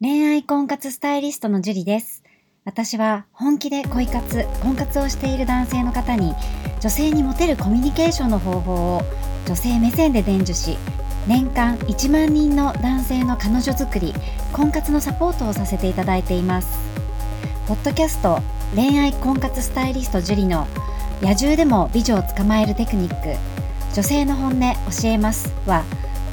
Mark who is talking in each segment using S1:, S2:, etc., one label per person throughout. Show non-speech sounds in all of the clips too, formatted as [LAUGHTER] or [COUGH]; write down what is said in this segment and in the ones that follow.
S1: 恋愛婚活スタイリストのジュリです。私は本気で恋活、婚活をしている男性の方に、女性にモテるコミュニケーションの方法を女性目線で伝授し、年間1万人の男性の彼女作り、婚活のサポートをさせていただいています。ポッドキャスト、恋愛婚活スタイリストジュリの野獣でも美女を捕まえるテクニック、女性の本音教えますは、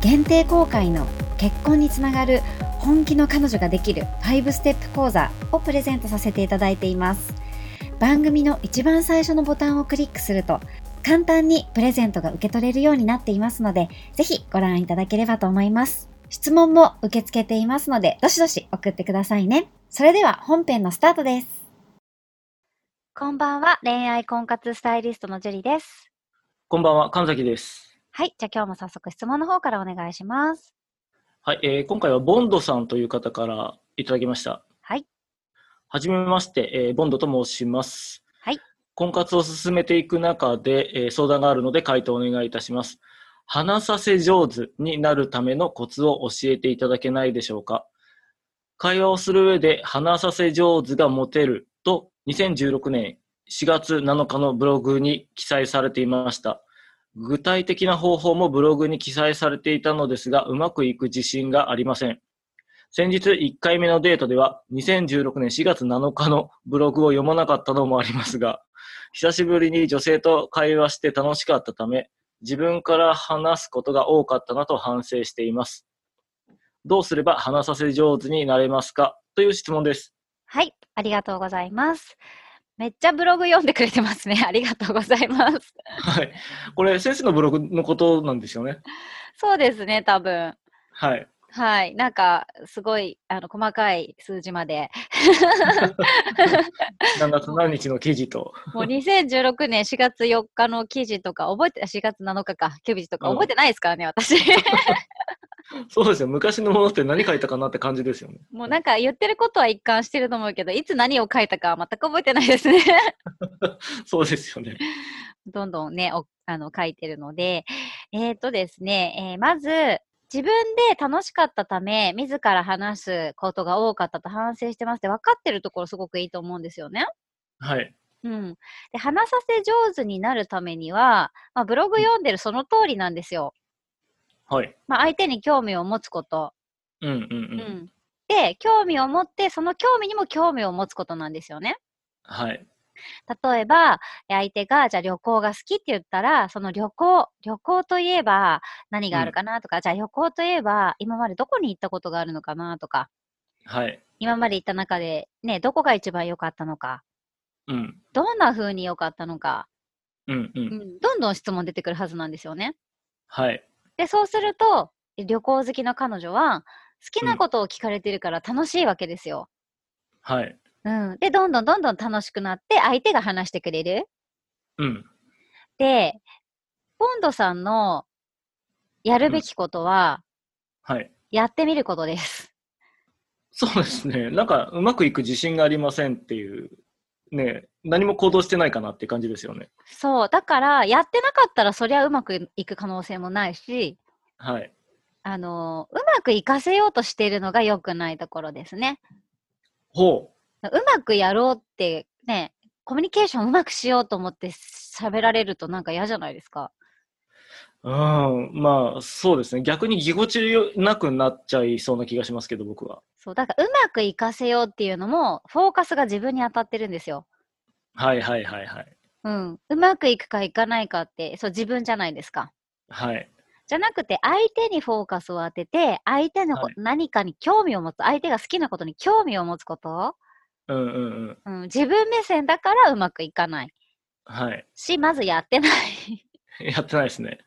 S1: 限定公開の結婚につながる本気の彼女ができる5ステップ講座をプレゼントさせていただいています番組の一番最初のボタンをクリックすると簡単にプレゼントが受け取れるようになっていますのでぜひご覧いただければと思います質問も受け付けていますのでどしどし送ってくださいねそれでは本編のスタートですこんばんは恋愛婚活スタイリストのジュリです
S2: こんばんは、神崎です。
S1: はいじゃあ今日も早速質問の方からお願いします
S2: はい、えー今回はボンドさんという方からいただきました。
S1: はい。
S2: はじめまして、えーボンドと申します。
S1: はい。
S2: 婚活を進めていく中で、えー相談があるので回答お願いいたします。話させ上手になるためのコツを教えていただけないでしょうか。会話をする上で話させ上手がモテると2016年4月7日のブログに記載されていました。具体的な方法もブログに記載されていたのですが、うまくいく自信がありません。先日1回目のデートでは、2016年4月7日のブログを読まなかったのもありますが、久しぶりに女性と会話して楽しかったため、自分から話すことが多かったなと反省しています。どうすれば話させ上手になれますかという質問です。
S1: はい、ありがとうございます。めっちゃブログ読んでくれてますね。 [LAUGHS] ありがとうございます。
S2: はい。これ、先生のブログのことなんですよね。
S1: そうですね、多分。
S2: はい。
S1: はい、なんかすごいあの細かい数字まで、
S2: 何月何日の記事と。
S1: も
S2: [LAUGHS]
S1: う2016年4月4日の記事とか覚えて、あ4月7日か、9日とか
S2: うん
S1: 覚えてないですからね、
S2: [LAUGHS]
S1: 私。
S2: そうですよ。昔のものって何書いたかなって感じですよね。
S1: もうなんか言ってることは一貫してると思うけど、いつ何を書いたかは全く覚えてないですね。
S2: そうですよね。
S1: どんどんね、おあの書いてるので、えっ、とですね、えーまず、自分で楽しかったため、自ら話すことが多かったと反省してますって分かってるところすごくいいと思うんですよね。
S2: はい。
S1: うん。で、話させ上手になるためには、まあ、ブログ読んでるその通りなんですよ。
S2: はい。
S1: まあ、相手に興味を持つこと。
S2: うんうん
S1: うん
S2: う。
S1: ん。で、興味を持って、その興味にも興味を持つことなんですよね。
S2: はい。
S1: 例えば、え相手が、じゃあ旅行が好きって言ったら、その旅行、旅行といえば何があるかなとか、じゃあ旅行といえば今までどこに行ったことがあるのかなとか、
S2: はい。
S1: 今まで行った中でね、どこが一番良かったのか、
S2: うん。
S1: どんな風に良かったのか、
S2: うんう。
S1: うんん、どんどん質問出てくるはずなんですよね。
S2: はい。
S1: で、そうすると、旅行好きの彼女は、好きなことを聞かれてるから楽しいわけですよ。
S2: はい。
S1: うん。で、どんどんどんどん楽しくなって、相手が話してくれる。
S2: うん。
S1: で、ボンドさんのやるべきことは、
S2: はい。
S1: やってみることです。 [LAUGHS]
S2: そうですね。なんか、うまくいく自信がありませんっていう、ね、何も行動してないかなって感じですよね。
S1: そう。だから、やってなかったら、そりゃうまくいく可能性もないし、
S2: はい。
S1: あのー、うまくいかせようとしているのが良くないところですね。
S2: ほ
S1: うまくやろうって、ね、コミュニケーションうまくしようと思って喋られるとなんか嫌じゃないですか。
S2: う。うん。まあ、そうですね。逆にぎこちなくなっちゃいそうな気がしますけど、僕は。
S1: そう。だから、うまくいかせようっていうのも、フォーカスが自分に当たってるんですよ。
S2: はいはいはいはい。
S1: うん。うまくいくかいかないかって、そう、自分じゃないですか。
S2: はい。
S1: じゃなくて、相手にフォーカスを当てて、相手のこ
S2: はい
S1: 何かに興味を持つ、相手が好きなことに興味を持つこと、
S2: うんうんうん。
S1: うん、自分目線だからうまくいかない
S2: はい。
S1: し、まずやってない。 [LAUGHS]
S2: やってないですね。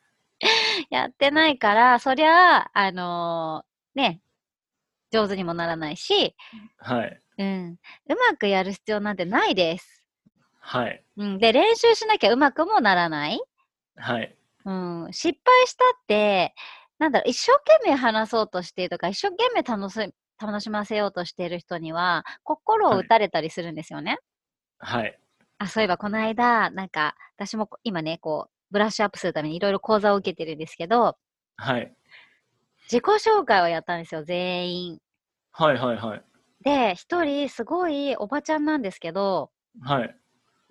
S1: やってないから、そりゃあ、あのーね、上手にもならないし、
S2: はい。
S1: うん、うまくやる必要なんてないです。
S2: はい。
S1: うん、で、練習しなきゃうまくもならない。
S2: はい。
S1: うん、失敗したって、なんだろう、一生懸命話そうとしてとか、一生懸命楽し楽しませようとしている人には、心を
S2: はい
S1: 打たれたりするんですよね。
S2: はい。
S1: あ、そういえばこの間、なんか、私もこ今ね、こう、ブラッシュアップするためにいろいろ講座を受けてるんですけど、
S2: はい。
S1: 自己紹介をやったんですよ、全員。
S2: はい。はい。はい。
S1: で、一人、すごいおばちゃんなんですけど、
S2: はい。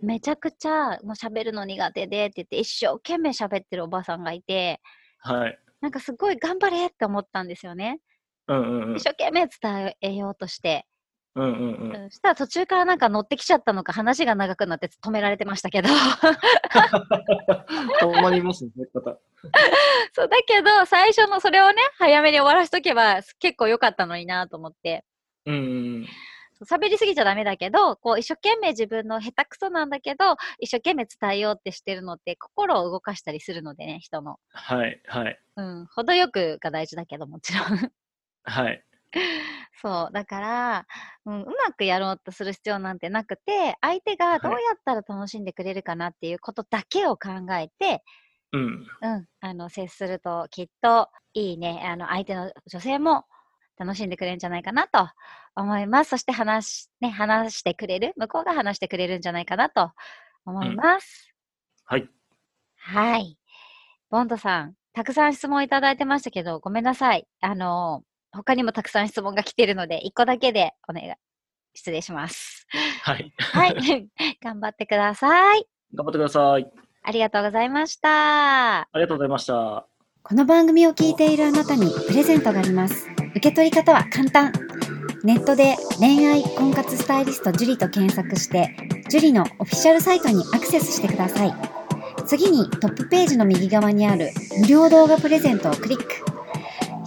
S1: めちゃくちゃもう喋るの苦手でって言って、一生懸命喋ってるおばさんがいて、
S2: はい。
S1: なんかすごい頑張れって思ったんですよね。
S2: うんうんうん
S1: 一。生懸命伝えようとして。
S2: うんうんうん。
S1: そしたら途中からなんか乗ってきちゃったのか、話が長くなって止められてました
S2: [LAUGHS]
S1: けど。
S2: 止まりますね、方。
S1: そうだけど最初のそれをね早めに終わらしとけばす結構良かったのになと思って
S2: うんうん
S1: そう喋りすぎちゃダメだけどこう一生懸命自分の下手くそなんだけど一生懸命伝えようってしてるのって心を動かしたりするのでね人の、
S2: はい。はい。
S1: うん、程よくが大事だけどもちろん
S2: はい。
S1: そうだから、うん、うまくやろうとする必要なんてなくて相手がどうや
S2: はい
S1: ったら楽しんでくれるかなっていうことだけを考えて、
S2: うん。
S1: うん、あの接するときっといいねあの相手の女性も楽しんでくれるんじゃないかなと思いますそして話し,、ね、話してくれる向こうが話してくれるんじゃないかなと思います、
S2: はい。
S1: はいボンドさんたくさん質問いただいてましたけどごめんなさいあの他にもたくさん質問が来てるので1個だけでお願い失礼します
S2: はい。
S1: はい
S2: [LAUGHS]
S1: 頑張ってください
S2: 頑張ってください。
S1: ありがとうございました
S2: ありがとうございました。
S3: この番組を聞いているあなたにプレゼントがあります。受け取り方は簡単。ネットで恋愛婚活スタイリスト樹と検索して、樹のオフィシャルサイトにアクセスしてください。次にトップページの右側にある無料動画プレゼントをクリック。表